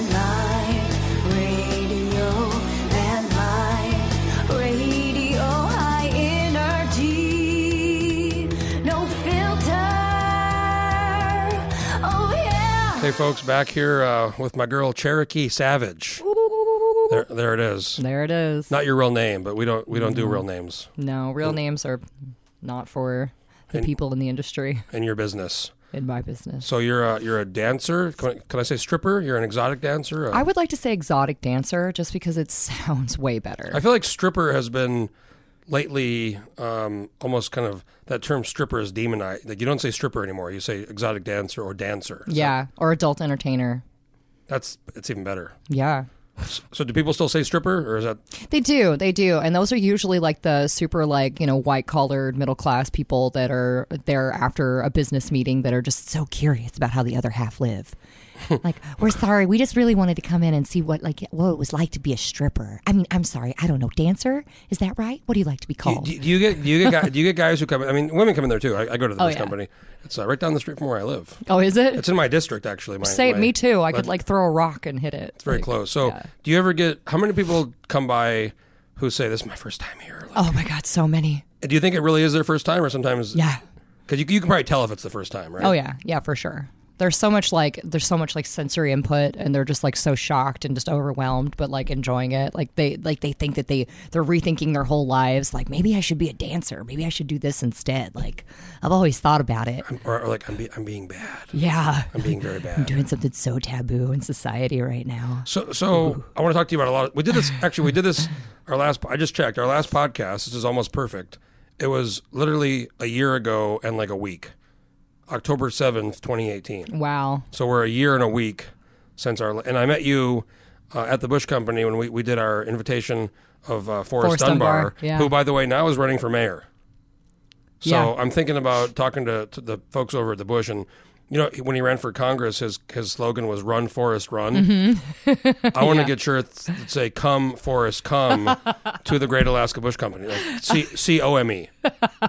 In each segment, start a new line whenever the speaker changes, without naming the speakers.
Landline radio, landline radio, high energy, no filter. Oh yeah.
Hey, folks, back here uh, with my girl Cherokee Savage. There, there it is.
There it is.
Not your real name, but we don't we don't do real names
No, real names are not for the
And-
people in the industry
in your business.
in my business.
So you're a, you're a dancer. Can I, can I say stripper? You're an exotic dancer. Uh,
I would like to say exotic dancer just because it sounds way
I
better.
feel like stripper has been lately um, almost kind of that term stripper is demonized. Like you don't say stripper anymore. You say exotic dancer or dancer. So
Yeah, or adult entertainer.
that's it's even better.
Yeah.
So do people still say stripper or is that
They do, they do. And those are usually like the super like, you know, white collared middle class people that are there after a business meeting that are just so curious about how the other half live. like, we're sorry, we just really wanted to come in and see what like what it was like to be a stripper. I mean, I'm sorry, I don't know, dancer? Is that right? What do you like to be
Do,
called?
do, do you get do you get guys, do you get guys who come? I mean, women come in there too. I, I go to the
Oh,
bus
yeah.
company. It's uh, right down the street from where I live.
oh, is it?
It's in my district actually. My,
Say
my-
me too. I could
but
like throw a rock and hit it.
it's very
Like,
close. So
yeah.
do you ever get how many people come by who say this is my first time here? Like,
Oh my god, so many.
Do you think it really is their first time or sometimes?
Yeah.
Because you, you can probably tell if it's the first time, right?
Oh yeah, yeah for sure. There's so much like there's so much like sensory input, and they're just like so shocked and just overwhelmed, but like enjoying it. Like they like they think that they they're rethinking their whole lives. Like maybe I should be a dancer. Maybe I should do this instead. Like I've always thought about it.
Or, or like I'm be, I'm being bad.
Yeah,
I'm being very
I'm
bad.
doing something so taboo in society right now.
So so I want to talk to you about a lot. Of, we did this actually. We did this our last. I just checked our last podcast. This is almost perfect. It was literally a year ago and like a week, October seventh, twenty eighteen.
Wow.
So we're a year and a week since our. And I met you uh, at the Bush Company when we, we did our invitation of uh, Forrest,
Forrest
Dunbar,
Dunbar, yeah.
who, by the way, now is running for mayor. So
Yeah.
I'm thinking about talking to, to the folks over at the Bush, and you know, when he ran for Congress, his his slogan was "Run Forrest, Run." I want to get sure it's it's say "Come Forrest, Come" to the Great Alaska Bush Company, like C C O M E,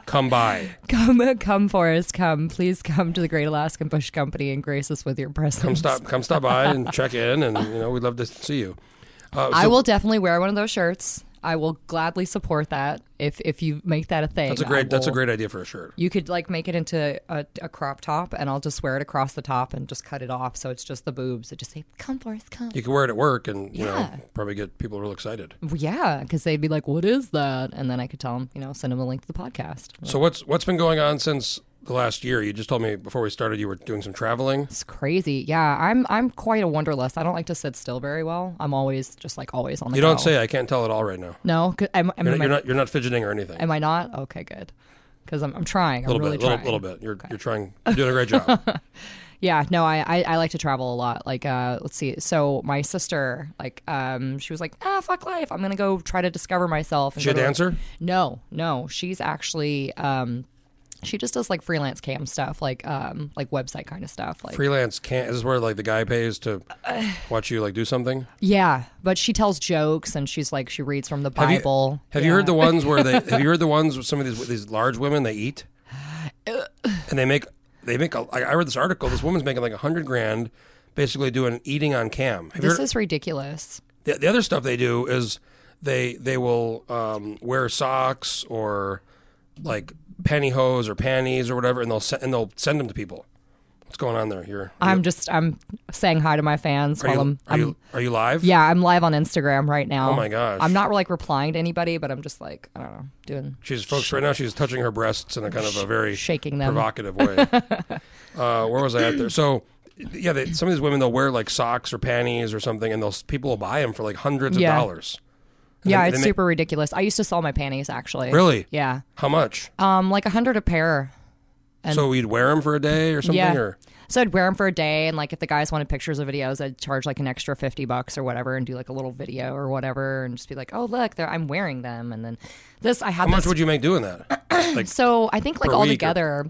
come by,
Come, come, Forrest, come. Please come to the Great Alaskan Bush Company and grace us with your presence.
come stop, come stop by and check in, and you know, we'd love to see you. Uh,
I
so-
will definitely wear one of those shirts. I will gladly support that if if you make that a thing.
That's a
I
great. That's a
will-
great idea for a shirt.
You could like make it into a, a crop top, and I'll just wear it across the top and just cut it off, so it's just the boobs. It just say "Come Forrest, come."
You could wear it at work, and you
Yeah. Mm.
know, probably get people real excited.
Yeah, because they'd be like, "What is that?" And then I could tell them, you know, send them a link to the podcast.
So what's what's been going on since the last year? You just told me before we started you were doing some traveling.
It's crazy. Yeah, I'm I'm quite a wanderlust. I don't like to sit still very well. I'm always just like always on the.
You don't
go.
say. I can't tell at all right now.
no. 'cause Am, am,
You're,
am
not, you're
I,
not. You're not fidgeting or anything.
am I not? Okay, good. Because I'm, I'm trying. I'm
a little
really
bit. Little,
trying.
little bit. You're you're trying. You're doing a great job.
Yeah, no, I, I, I like to travel a lot. Like, uh, let's see. So my sister, like, um, she was like, ah, fuck life. I'm gonna go try to discover myself. And
She a
go to-
dancer?
No, no. She's actually, um, she just does like freelance cam stuff, like, um, like website kind of stuff. Like,
Freelance can't. Is this where like the guy pays to watch you like do something?
yeah. But she tells jokes and she's like, she reads from the
Have you-
Bible.
Have you heard the ones where they? Have you heard the ones with some of these these large women they eat, and they make they make. A, I, I read this article. This woman's making like a hundred grand, basically doing eating on cam. Have you
This
heard,
is ridiculous.
the, the other stuff they do is they they will um, wear socks or like pantyhose or panties or whatever, and they'll se- and they'll send them to people. What's going on there? You're are
I'm just, I'm saying hi to my fans
you,
while I'm,
are
I'm
you are you live?
Yeah, I'm live on Instagram right now.
Oh my gosh.
I'm not like replying to anybody, but I'm just like I don't know, doing
She's folks right now. She's touching her breasts in a kind of a very
shaking them.
provocative way. uh, where was I at there? So, yeah, they, some of these women they'll wear like socks or panties or something, and they'll people will buy them for like hundreds
Yeah.
of dollars. And
Yeah,
they-
it's
they make-
super ridiculous. I used to sell my panties actually.
Really?
Yeah,
How much?
um, like a hundred a pair. And-
so you'd wear them for a day or something,
Yeah.
or
So I'd wear them for a day, and like if the guys wanted pictures or videos, I'd charge like an extra fifty bucks or whatever, and do like a little video or whatever, and just be like, "Oh look, there I'm wearing them." And then this, I had
how
this
much would you make doing that? Like
So I think like
per
all
week or-
together,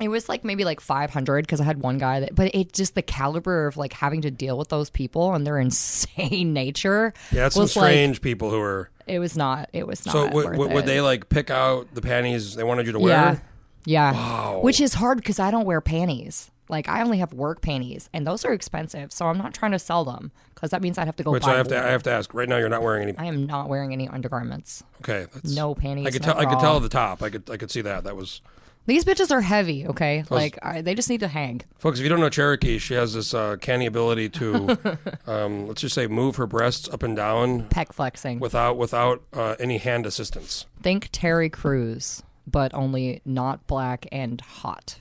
it was like maybe like 500 because I had one guy that, but it just the caliber of like having to deal with those people and their insane nature.
yeah, that's some
was like-
strange people who are.
It was not. It was not.
So would,
worth
would,
it.
would they like pick out the panties they wanted you to wear?
Yeah. Yeah. Which is hard because I don't wear panties. Like I only have work panties, and those are expensive, so I'm not trying to sell them because that means I'd have to go
Wait,
buy.
so I have to
more.
I have to ask. Right now, you're not wearing any.
I am not wearing any undergarments.
Okay, that's,
No panties.
I could
no
tell. I could
bra.
tell the top. I could. I could see that. That was
These bitches are heavy. Okay, like I, they just need to hang.
Folks, if you don't know Cherokee, she has this uh, canny ability to, um, let's just say, move her breasts up and down
Pec flexing.
without without uh, any hand assistance.
Think Terry Crews, but only not black and hot.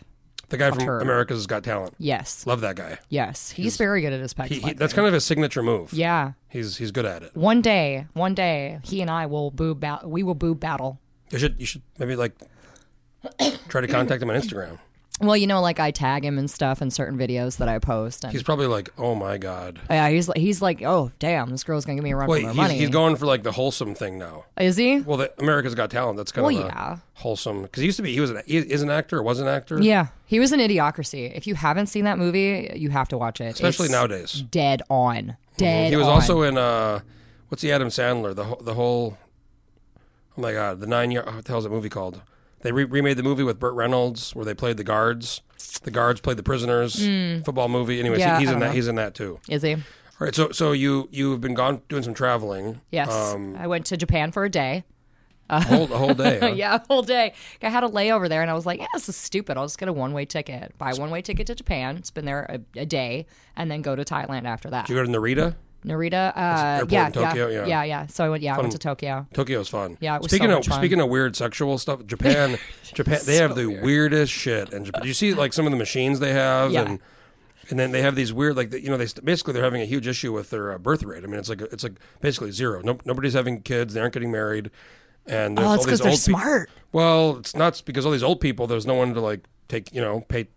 The guy from
her.
America's Got Talent.
Yes,
Love that guy.
yes, he's, very good at his pec
He, he,
flexing.
that's kind of his signature move.
yeah.
He's he's good at it.
One day, one day, he and I will boob. Ba- we will boob battle.
You should you should maybe like try to contact him on Instagram.
Well, you know, like I tag him and stuff in certain videos that I post, and
He's probably like, oh my god.
yeah, he's like, he's like, oh damn, this girl's gonna give me a run
Wait,
for my
he's,
money.
he's going for like the wholesome thing now.
Is he?
Well, the America's Got Talent. That's kind
Well,
of a
yeah.
wholesome because he used to be. He was an he is an actor. Was an actor.
Yeah, he was an idiocracy. If you haven't seen that movie, you have to watch it.
Especially
It's
nowadays.
dead on, dead.
He was
on.
also in uh, what's the Adam Sandler the whole, the whole. Oh my God, the nine year. What the hell's that movie called? They re- remade the movie with Burt Reynolds where they played the guards. The guards played the prisoners. Football movie. Anyways, he-
Hmm. Yeah,
he's
I
in
don't
that.
know.
He's in that too.
is he?
All right, so so you you've been gone doing some traveling. Um,
Yes, I went to Japan for a day.
a whole, a whole day. huh?
Yeah, a whole day. I had a layover there, and I was like, "Yeah, this is stupid. I'll just get a one way ticket. Buy a one way ticket to Japan, spend there a, a day, and then go to Thailand after that."
Did you go to Narita?
Narita, uh,
airport
yeah,
in Tokyo,
yeah,
yeah.
yeah, yeah. So I went, yeah, I went to Tokyo.
Tokyo's fun.
Yeah, it was so
speaking of
much fun.
speaking of weird sexual stuff, Japan, Japan, they have the weirdest shit. And Japan, you see like some of the machines they have,
Yeah.
and and then they have these weird like you know they st- basically they're having a huge issue with their uh, birth rate. I mean, it's like it's like basically zero. No, nobody's having kids. They aren't getting married. And there's
Oh,
all
it's
these
because they're
old peop-
smart.
Well, it's not because all these old people. There's no one to like take you know pay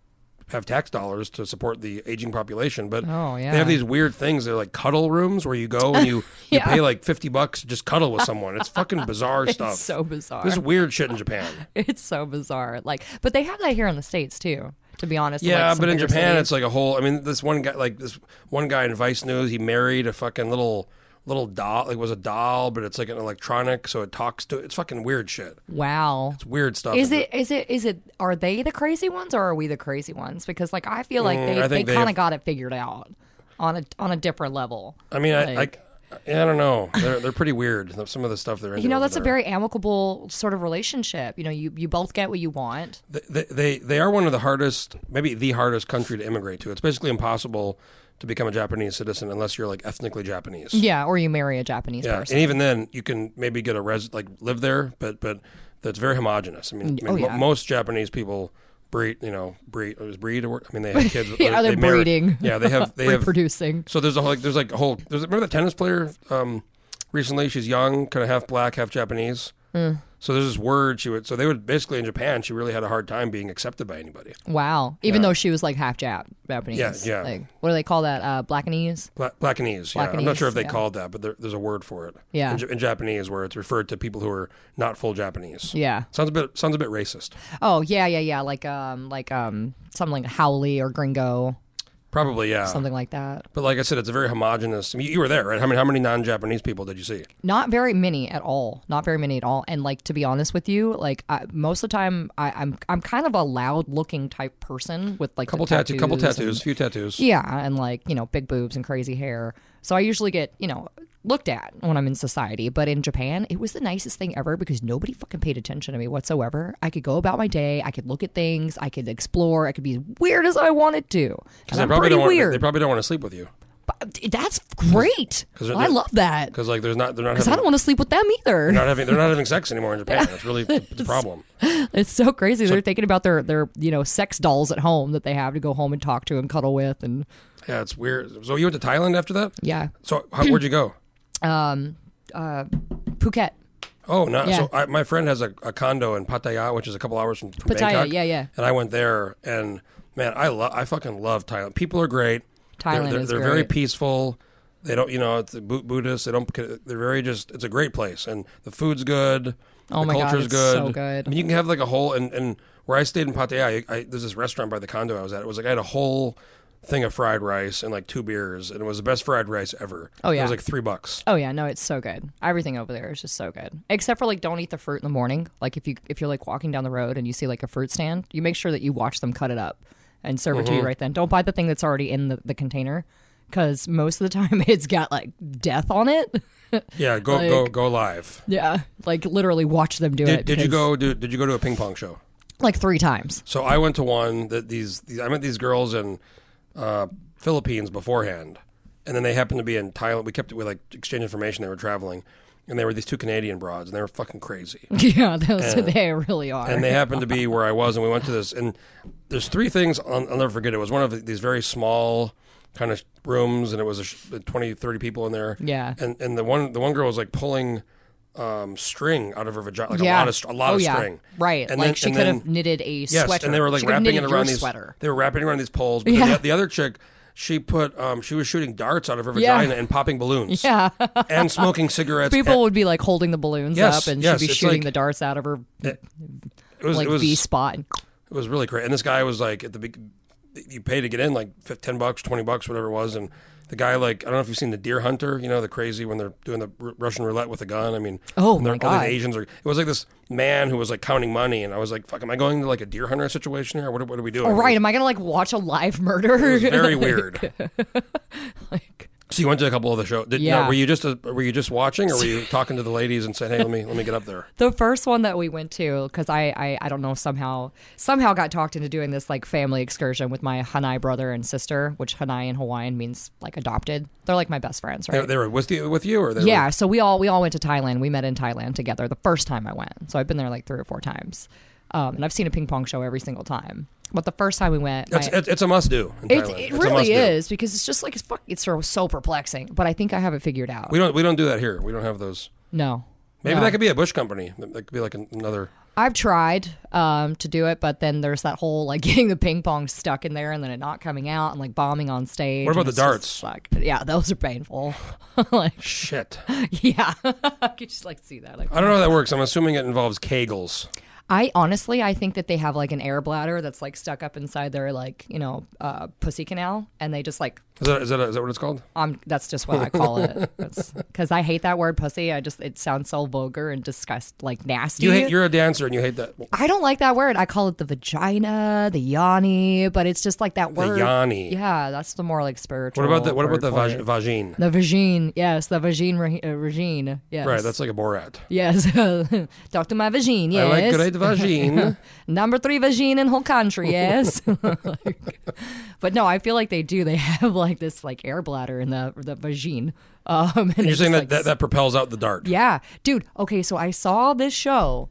have tax dollars to support the aging population. But
Oh, yeah.
they have these weird things. They're like cuddle rooms where you go and you,
Yeah.
you pay like fifty bucks to just cuddle with someone. It's fucking bizarre stuff.
It's so bizarre.
There's weird shit in Japan.
It's so bizarre. Like, but they have that here in the states too. To be honest,
Yeah,
like, some
but in
bigger
Japan,
cities.
it's like a whole. I mean, this one guy, like this one guy in Vice News, he married a fucking little little doll. Like it was a doll, but it's like an electronic, so it talks to. It's fucking weird shit.
wow.
It's weird stuff.
Is it? Is it? Is it? Are they the crazy ones, or are we the crazy ones? Because like I feel like
Mm,
they,
I
they
think they
kind of
have-
got it figured out on a on a different level.
I mean, I,
like-
I, I don't know. They're they're pretty weird. Some of the stuff they're into.
You know,
over
that's a
there.
very amicable sort of relationship. You know, you you both get what you want.
Th- they, they they are one of the hardest, maybe the hardest country to immigrate to. It's basically impossible to become a Japanese citizen unless you're like ethnically Japanese.
Yeah, or you marry a Japanese
Yeah,
person.
and even then, you can maybe get a res like live there, but but that's very homogenous. I mean, I mean
oh,
mo-
yeah.
most Japanese people breed, you know, breed or is breed. a word? I mean, they have kids.
Yeah,
they
they're
marry-
breeding.
Yeah, they have they have.
Reproducing.
So there's a whole, like there's like a whole there's remember the tennis player um recently she's young kind of half black half Japanese.
Mm.
So there's this word she would so they would basically in Japan she really had a hard time being accepted by anybody.
Wow. Even though she was like half Jap Japanese.
Yeah, yeah.
Like, what do they call that? Uh, Blackanese.
Black, blackanese, yeah. I'm not sure
Blackanese,
if they
yeah.
called that, but there, there's a word for it.
Yeah.
In, Ja- in Japanese, where it's referred to people who are not full Japanese.
Yeah.
Sounds a bit sounds a bit racist.
Oh yeah, yeah, yeah. Like um, like um, something like Howley or Gringo,
Probably, yeah.
something like that.
But like I said, it's a very homogenous. I mean, you were there, right? How many how many non-Japanese people did you see?
Not very many at all. Not very many at all. And like to be honest with you, like I, most of the time, I, I'm I'm kind of a loud looking type person with like
Couple
the
tattoos, couple
tattoos
tattoos, few tattoos.
and- yeah, and like you know big boobs and crazy hair. So I usually get you know looked at when I'm in society. But in Japan, it was the nicest thing ever because nobody fucking paid attention to me whatsoever. I could go about my day. I could look at things. I could explore. I could be as weird as I wanted to. And
They
I'm
probably
pretty
don't want,
weird.
They probably don't want to sleep with you
But that's great.
they're-
I
they're-
love that because
because like there's not they're not
I
having,
don't want to sleep with them either.
they're not having they're not having sex anymore in Japan. It's really the problem.
It's so crazy. They're thinking about their their you know sex dolls at home that they have to go home and talk to and cuddle with and
Yeah, it's weird. So you went to Thailand after that?
yeah, Um, uh,
So how,
Mm.
where'd you go?
Phuket.
Oh, not
Yeah.
so. I, my friend has a, a condo in Pattaya, which is a couple hours from, from
Pattaya,
Bangkok.
yeah, yeah.
And I went there, and man, I love. I fucking love Thailand. People are great. They're-
Thailand
they're,
is
they're very
great.
peaceful. They don't, you know, it's the Bu- Buddhists. They don't. They're very just. It's a great place, and the food's good.
Oh
the
my God,
culture's
it's
good.
so good.
I mean, you can have like a whole and and where I stayed in Pattaya, I, I, there's this restaurant by the condo I was at. It was like I had a whole thing of fried rice and like two beers, and it was the best fried rice ever.
Oh,
it
yeah.
was like three bucks.
Oh yeah, no, it's so good. Everything over there is just so good, except for like don't eat the fruit in the morning. Like if you if you're like walking down the road and you see like a fruit stand, you make sure that you watch them cut it up and serve it to
Mm-hmm.
you right then. Don't buy the thing that's already in the, the container because most of the time it's got like death on it.
Yeah, go go
Like-
go live.
yeah, like literally watch them do
Did,
it.
did you
because-
go? Did, did you go to a ping pong show?
like three times?
So I went to one that these, these I met these girls in uh, Philippines beforehand, and then they happened to be in Thailand. We kept we like exchanged information. They were traveling, and they were these two Canadian broads, and they were fucking crazy.
Yeah, those they really are.
and they happened to be where I was, and we went to this. And there's three things I'll, I'll never forget. It was one of these very small kind of rooms, and it was a sh- 20, 30 people in there.
Yeah.
And and the one the one girl was like pulling um, string out of her vagina, like
yeah,
a lot of str- a lot
oh,
of
yeah.
string.
Right,
And
like
then-
she
and
could
then-
have knitted a
Yes,
sweater.
and they were like
she could have
wrapping it
knitted your
around these.
sweater.
They were wrapping around these poles. But then
Yeah.
the, the other chick, she put um, she was shooting darts out of her
Yeah.
vagina and popping balloons.
Yeah,
and smoking cigarettes.
people
And
would be like holding the balloons
Eh, Yes,
up, and
yes,
she'd be
it's
shooting
like-
the darts out of her
it was
like
it was
V spot.
it was really great. And this guy was like at the big. You pay to get in like fif- ten bucks, twenty bucks, whatever it was, and the guy like I don't know if you've seen the Deer Hunter, you know the crazy when they're doing the R- Russian roulette with a gun. I mean,
Oh,
and they're-
my
all
God.
these Asians are. It was like this man who was like counting money, and I was like, "Fuck, am I going to like a Deer Hunter situation here? What, are- what are we doing?"
All Oh, right, am I gonna like watch a live murder?
It was very weird.
like,
So you went to a couple of the show. Did,
Yeah.
now, were you just uh were you just watching, or were you talking to the ladies and saying, "Hey, let me let me get up there"?
the first one that we went to because I, I i don't know somehow somehow got talked into doing this like family excursion with my hanai brother and sister which hanai in hawaiian means like adopted they're like my best friends
They,
right
they were with you with you, or they
yeah so we all we all went to thailand we met in thailand together the first time i went so i've been there like three or four times um, and i've seen a ping pong show every single time but the first time we went
Were, it's,
my-
it's, it's a must do. in
it, it
Thailand. It's a
really
must-do.
is because it's just like it's fuck, it's so, so perplexing but i think i have it figured out
We don't we don't do that here. We don't have those.
no
Maybe
No.
that could be a Bush company. That that could be like an- another.
I've tried um, to do it, but then there's that whole like getting the ping pong stuck in there and then it not coming out and like bombing on stage.
What about
and
the
it's just
darts?
Like, yeah, those are painful. like,
Shit.
yeah, I could just like see that. Like,
I don't know how that works. I'm assuming it involves Kegels.
I honestly, I think that they have like an air bladder that's like stuck up inside their like you know uh, pussy canal, and they just like
Is that, is that, is that what it's called?
um, that's just what I call it. Because I hate that word pussy. I just it sounds so vulgar and disgust, like nasty.
You hate, you're a dancer and you hate that.
I don't like that word. I call it the vagina, the yanni, but it's just like that word.
yanni.
Yeah, that's the more like spiritual.
What about the what about
word
the
for
vag-
it.
vagine?
The vagine, yes, the vagine, re- uh, vagine, yes.
Right, that's like a Borat.
yes. Talk to my vagine,
I
yes.
like great vagine.
Number three vagine in whole country, yes. but no, I feel like they do. They have like this like air bladder in the the vagine. Um, and
You're
it's
saying
just,
that,
like,
that that propels out the dart.
yeah, dude. Okay, so I saw this show,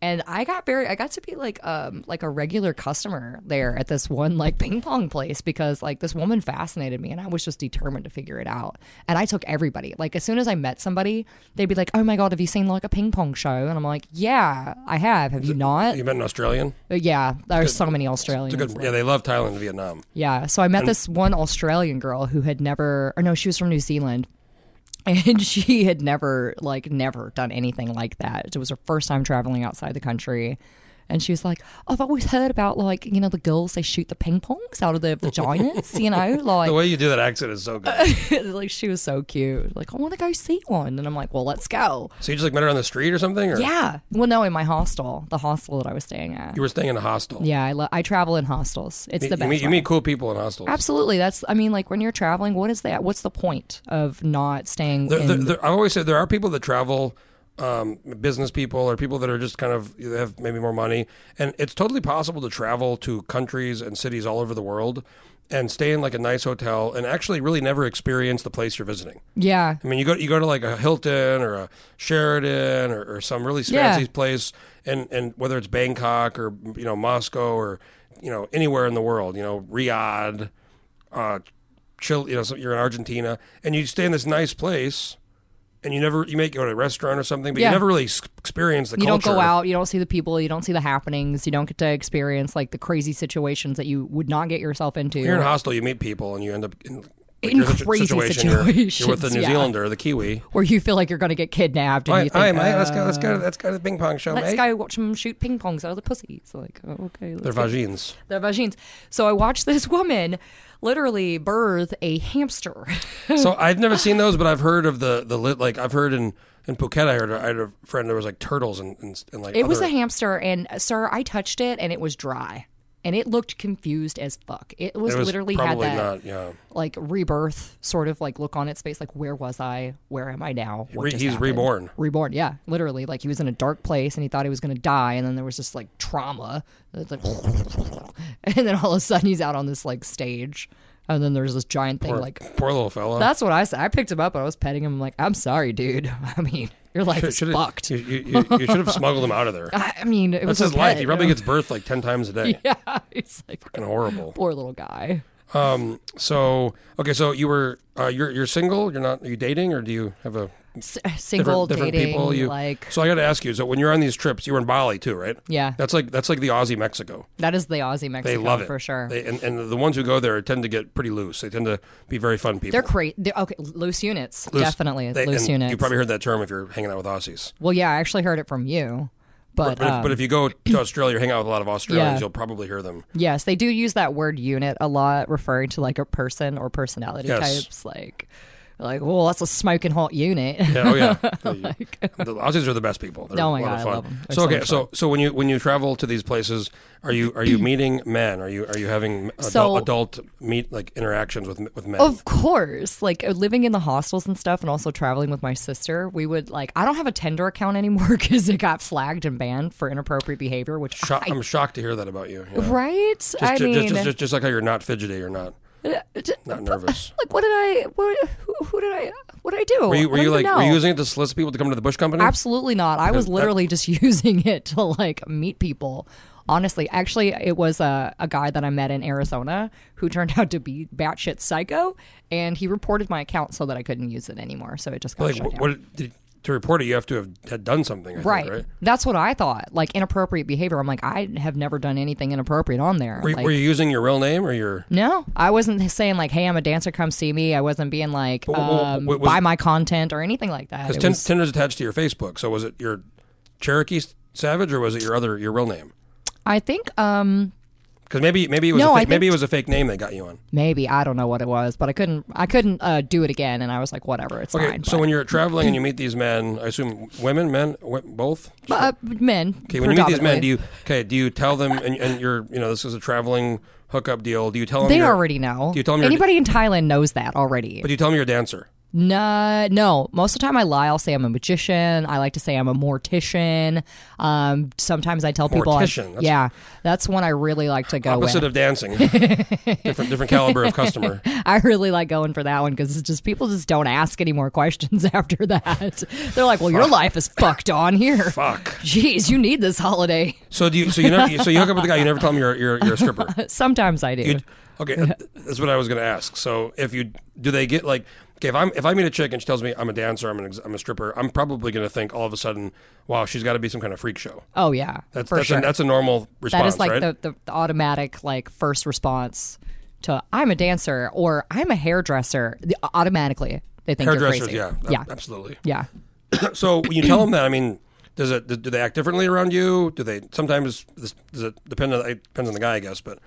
and I got very, I got to be like, um, like a regular customer there at this one like ping pong place because like this woman fascinated me, and I was just determined to figure it out. And I took everybody. Like as soon as I met somebody, they'd be like, "Oh my god, have you seen like a ping pong show?" And I'm like, "Yeah, I have. Have you not?"
You met an Australian.
But yeah, there's so many Australians.
It's a good. Yeah, they love Thailand and Vietnam.
Yeah. So I met this one Australian girl who had never, or no, she was from New Zealand. And she had never, like, never done anything like that. It was her first time traveling outside the country. And she was like, I've always heard about, like, you know, the girls, they shoot the ping pongs out of their vaginas, you know? Like,
The way you do that accent is so good.
like she was so cute. Like, I want to go see one. And I'm like, well, let's go.
so you just like met her on the street or something, or
Yeah. Well, no, in my hostel, the hostel that I was staying at.
you were staying in a hostel.
Yeah, I, lo- I travel in hostels. It's the
you
best.
meet, you
way.
meet cool people in hostels.
Absolutely. That's. I mean, like when you're traveling, what is that? What's the point of not staying?
There,
in,
there, there, I always say there are people that travel, um, business people or people that are just kind of they have maybe more money, and it's totally possible to travel to countries and cities all over the world and stay in like a nice hotel and actually really never experience the place you're visiting.
yeah.
I mean, you go you go to like a Hilton or a Sheridan or, or some really
Yeah.
fancy place, and and whether it's Bangkok or you know Moscow or you know anywhere in the world, you know Riyadh, uh, Chile, you know so you're in Argentina, and you stay in this nice place, and you never you may go to a restaurant or something, but
Yeah.
you never really s- experience the
You
culture.
don't go out. You don't see the people. You don't see the happenings. You don't get to experience like the crazy situations that you would not get yourself into.
You're in a hostel, you meet people, and you end up in, like,
In
your situ-
crazy
You're, you're with the
situations,
New
yeah.
Zealander, the Kiwi.
where you feel like you're going to get kidnapped, and
All
you
right, all
think,
right, mate, let's
uh,
go. Let's go. Let's go to the ping pong show,
let's
mate.
go watch them shoot ping pongs out of the pussies. Like, oh, okay,
They're
let's go.
vagines.
their vagines. So I watched this woman literally birth a hamster.
So I've never seen those, but I've heard of the the lit like I've heard in in Phuket. I heard I had a friend there was like turtles and and, and like
It was a
other-
hamster, and uh, sir, I touched it, and it was dry. and it looked confused as fuck. It was,
It was
literally had
probably
that
not. Yeah,
like rebirth sort of like look on its face like where was i where am i now What
Re-
just
he's
happened?
reborn.
reborn yeah literally like he was in a dark place and he thought he was going to die and then there was just like trauma It's like and then all of a sudden he's out on this like stage and then there's this giant thing like
poor little fella.
that's what i said i picked him up and i was petting him I'm like i'm sorry dude i mean your life is
Should've-
fucked
You, you, you, you should have smuggled him out of there.
I I mean, it
That's
was
his
a
life.
pet,
He
you
probably
know?
gets birthed like ten times a day.
yeah. He's like,
Fucking horrible.
poor little guy.
Um. So okay. So you were uh, you're you're single. You're not. Are you dating or do you have a
S-
different,
single
different
dating,
people? You
like
So I got to ask you. So when you're on these trips, you were in Bali too, right?
Yeah.
That's like that's like the Aussie Mexico.
that is the Aussie
They
Mexico
love it
for sure.
They, and and the ones who go there tend to get pretty loose. They tend to be very fun people.
They're crazy. Okay, loose units.
Loose-
Definitely
they-
loose
and
units.
You probably heard that term if you're hanging out with Aussies.
well, yeah, I actually heard it from you. But,
But, if,
um,
but if you go to Australia, or hang out with a lot of Australians,
Yeah.
you'll probably hear them.
yes, they do use that word unit a lot, referring to like a person or personality
Yes.
types. Like, like, well, that's a smoking hot unit.
Yeah, oh yeah. the Aussies are the best people. They're
Oh my
a lot
God,
of
I
fun.
love 'em. They're
So
so
okay,
much
so so when you when you travel to these places, are you are you meeting men? Are you are you having adult,
So- Oh,
adult meet like interactions with with men?
Of course, like uh, living in the hostels and stuff, and also traveling with my sister, we would like. I don't have a Tinder account anymore because it got flagged and banned for inappropriate behavior, which
Sho- I'm shocked to hear that about you. yeah.
right? I
Ju-
mean, uh,
just, just, just, just like how you're not fidgety, you're not not nervous.
like, what did I? What? Who, who did I? What did I do?
Were you, were
I don't
you like
even
were you
know.
using it to solicit people to come to the Bush Company?
Absolutely not. I was literally just using it to like meet people. Honestly, actually, it was a, a guy that I met in Arizona who turned out to be batshit psycho, and he reported my account so that I couldn't use it anymore. So it just got
Like
shut
what,
down.
what did, to report it, you have to have had done something, I think,
right.
right?
That's what I thought. Like inappropriate behavior. I'm like, I have never done anything inappropriate on there.
Were, you-
Like,
were you using your real name or your?
no, I wasn't saying like, "Hey, I'm a dancer. Come see me." I wasn't being like,
well, well,
um,
was-
"Buy my content" or anything like that. It
Because Tin-
was-
Tinder's attached to your Facebook, so was it your Cherokee Savage or was it your other your real name?
I think um,
Because maybe maybe it was
No,
a
I
fake, maybe
think-
it was a fake name they got you on.
maybe I don't know what it was, but I couldn't I couldn't uh, do it again, and I was like, whatever, it's
Okay,
fine.
so when you're traveling and you meet these men, I assume women, men, w- both.
but, uh, men,
Okay, when you meet these men, do you okay? Do you tell them and, and you're you know this is a traveling hookup deal? Do you tell them
They
you're-
already know.
Do you tell 'em you're-
Anybody in Thailand knows that already.
But do you tell them you're a dancer?
Nah, no. Most of the time, I lie. I'll say I'm a magician. I like to say I'm a mortician. Um, sometimes I tell people, I-
Mortician, that's-
yeah, that's when I really like to go.
Opposite
in.
of dancing, different different caliber of customer.
I really like going for that one because it's just people just don't ask any more questions after that. They're like, "Well, your life is fucked on here.
Fuck.
Jeez, you need this holiday."
So do you? So you never? So you hook up with the guy. You never tell him you're you're, you're a stripper.
Sometimes I do.
You'd- okay, uh, that's what I was going to ask. So if you do, they get like okay. If I'm if I meet a chick and she tells me I'm a dancer, I'm an ex- I'm a stripper, I'm probably going to think all of a sudden, wow, she's got to be some kind of freak show.
Oh yeah,
That's
for
that's,
sure.
a, that's a normal response,
that is like
right?
the, the, the automatic like first response to I'm a dancer or I'm a hairdresser. The, automatically they think
Hairdressers,
you're
yeah,
crazy.
ab-
yeah,
absolutely.
yeah.
So when you tell them that, I mean, does it do they act differently around you? Do they sometimes this, does it depend on it depends on the guy, I guess, but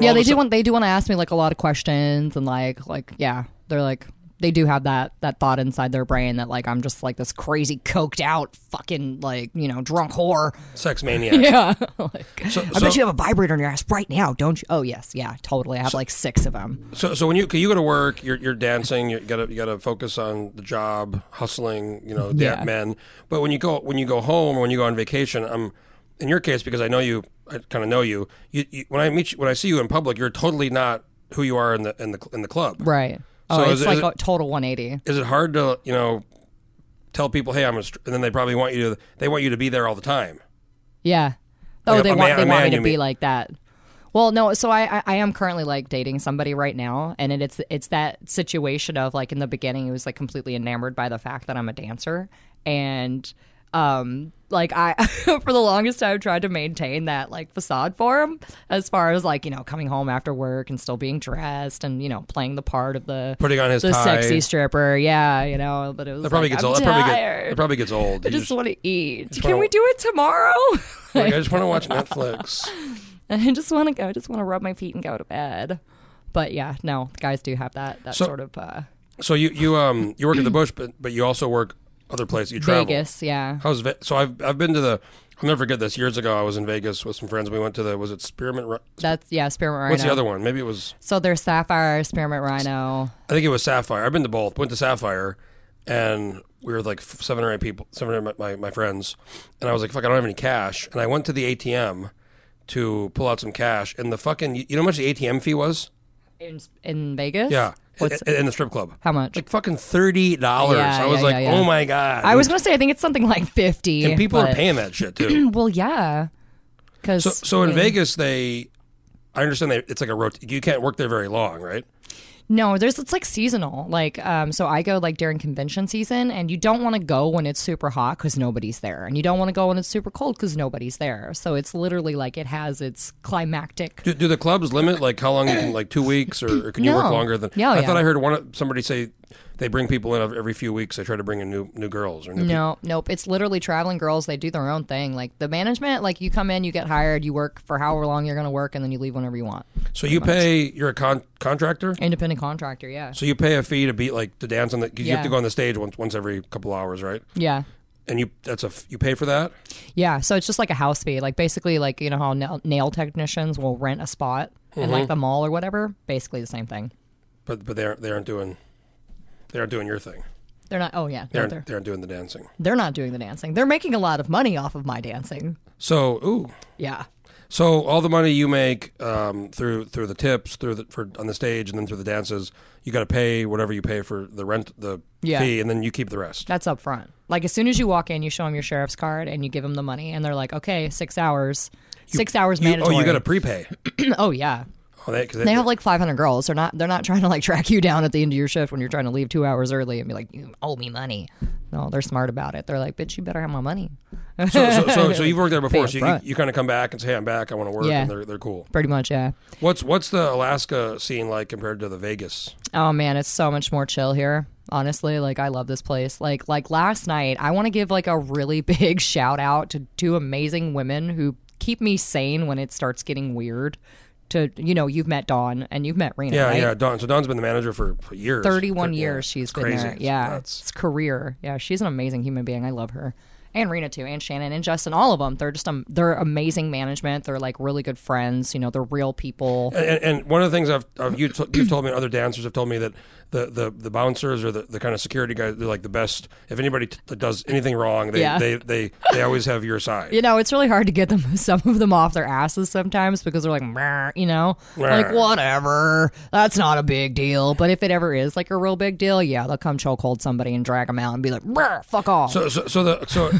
yeah,
all
they
of a
do want they do want to ask me like a lot of questions and like like yeah, they're like they do have that that thought inside their brain that like I'm just like this crazy coked out fucking like you know drunk whore.
sex maniac. Yeah. so,
I
so,
bet you have a vibrator in your ass right now, don't you? Oh yes, yeah, totally. I have like six of them.
so so when you 'cause you go to work, you're you're dancing, you got to you got to focus on the job, hustling, you know, that
Yeah.
men. But when you go when you go home or when you go on vacation, I'm in your case because I know you, I kind of know you, you, you. When I meet you, when I see you in public, you're totally not who you are in the in the in the club.
Right. Oh,
So is
it's
it-
like
is
a total 180.
is it hard to you know tell people hey i'm a str-, and then they probably want you to they want you to be there all the time
Yeah. Oh,
Like a-
they
a
want
man-
they
a
want
man
me to
you
be
meet.
like that. Well, no. So I, I I am currently like dating somebody right now, and it, it's it's that situation of like in the beginning, he was like completely enamored by the fact that I'm a dancer, and um like I for the longest time tried to maintain that like facade for him as far as like you know coming home after work and still being dressed and you know playing the part of the
Putting on his
the
tie.
sexy stripper, yeah, you know. But it was
that probably
like,
gets
I'm
old that probably,
tired.
get, that probably gets old
I just want to eat. Can
wanna-
we do it tomorrow?
like, i just want to watch netflix
I just want to go. I just want to rub my feet and go to bed. But yeah, no, guys do have that that
So-
sort of uh,
so you you um you work at the bush but but you also work other places you travel
Vegas. Yeah,
how's Ve- so i've i've been to the I'll never forget this. Years ago, I was in Vegas with some friends. We went to the was it Spearmint? Ri-
That's yeah, spearmint rhino.
What's the other one? Maybe it was.
So there's sapphire, spearmint rhino.
I think it was Sapphire. I've been to both. Went to Sapphire, and we were like f- seven or eight people, seven or eight my, my, my friends, and I was like, "Fuck, I don't have any cash." And I went to the ATM to pull out some cash, and the fucking you know how much the ATM fee was?
In, in Vegas?
Yeah,
What's,
in, in the strip club.
how much?
Like fucking thirty dollars.
Yeah,
I was
yeah,
like,
yeah, yeah.
"Oh my god!"
I was going to say, I think it's something like 50.
and people are
but-
paying that shit too.
Well, yeah. Because
So, so in Vegas, they, I understand they, it's like a rot. You can't work there very long, right?
No, there's it's like seasonal. Like, um, so I go like during convention season, and you don't want to go when it's super hot because nobody's there, and you don't want to go when it's super cold because nobody's there. So it's literally like it has its climactic.
Do, do the clubs limit like how long you can, like two weeks, or, or can you work
No.
longer than?
Yeah, oh,
I
yeah.
thought I heard one somebody say they bring people in every few weeks. They try to bring in new new girls or new. people.
No, nope. It's literally traveling girls. They do their own thing. Like the management, like you come in, you get hired, you work for however long you're going to work, and then you leave whenever you want.
So you pay. You're a con- contractor.
Independent contractor, yeah,
So you pay a fee to be like to dance on the. 'cause You have
Yeah.
to go on the stage once once every couple hours, right?
yeah.
And you that's a f- you pay for that.
Yeah, so it's just like a house fee. Like basically, like you know how nail, nail technicians will rent a spot in
Mm-hmm.
like the mall or whatever. Basically the same thing.
But but they aren't they aren't doing, they aren't doing your thing.
They're not. Oh yeah,
They
they're,
aren't
they're
they aren't doing the dancing.
they're not doing the dancing. They're making a lot of money off of my dancing.
So ooh,
Yeah.
So all the money you make um, through through the tips, through the, for on the stage, and then through the dances, you got to pay whatever you pay for the rent, the
Yeah.
fee, and then you keep the rest.
That's up front. Like as soon as you walk in, you show them your sheriff's card and you give them the money, and they're like, "Okay, six hours, six hours
You, oh,
mandatory."
you got to prepay.
oh yeah,
Oh, they, 'cause they-
they have like five hundred girls. They're not. They're not trying to like track you down at the end of your shift when you're trying to leave two hours early and be like, "You owe me money." No, they're smart about it. They're like, "Bitch, you better have my money."
so, so, so, so you've worked there before,
up
so you, you,
front.
kind of come back and say, "Hey, I'm back. I want to work,"
Yeah.
and they're they're cool.
Pretty much, yeah.
What's what's the Alaska scene like compared to the Vegas?
Oh man, it's so much more chill here. Honestly, like I love this place. Like like last night, I want to give like a really big shout out to two amazing women who keep me sane when it starts getting weird. To you know, you've met Dawn and you've met Rena,
Yeah,
right?
yeah. Don, so Don's been the manager for, for years.
Thirty-one
Yeah.
years she's
It's
been
crazy.
there.
It's
Yeah,
nuts.
it's career. Yeah, she's an amazing human being. I love her. And Rena too, and Shannon and Justin, all of them. They're just um, they're amazing management. They're like really good friends. You know, they're real people.
And, and- and one of the things I've, I've you t- you've told me, and other dancers have told me that the, the, the bouncers or the, the kind of security guys, they're like the best. If anybody t- that does anything wrong, they,
Yeah.
they, they, they always have your side.
you know, it's really hard to get them some of them off their asses sometimes because they're like, "Meh," you know, like
Meh.
whatever, that's not a big deal. But if it ever is like a real big deal, yeah, they'll come chokehold somebody and drag them out and be like, "Meh, fuck off.
So, so, so the so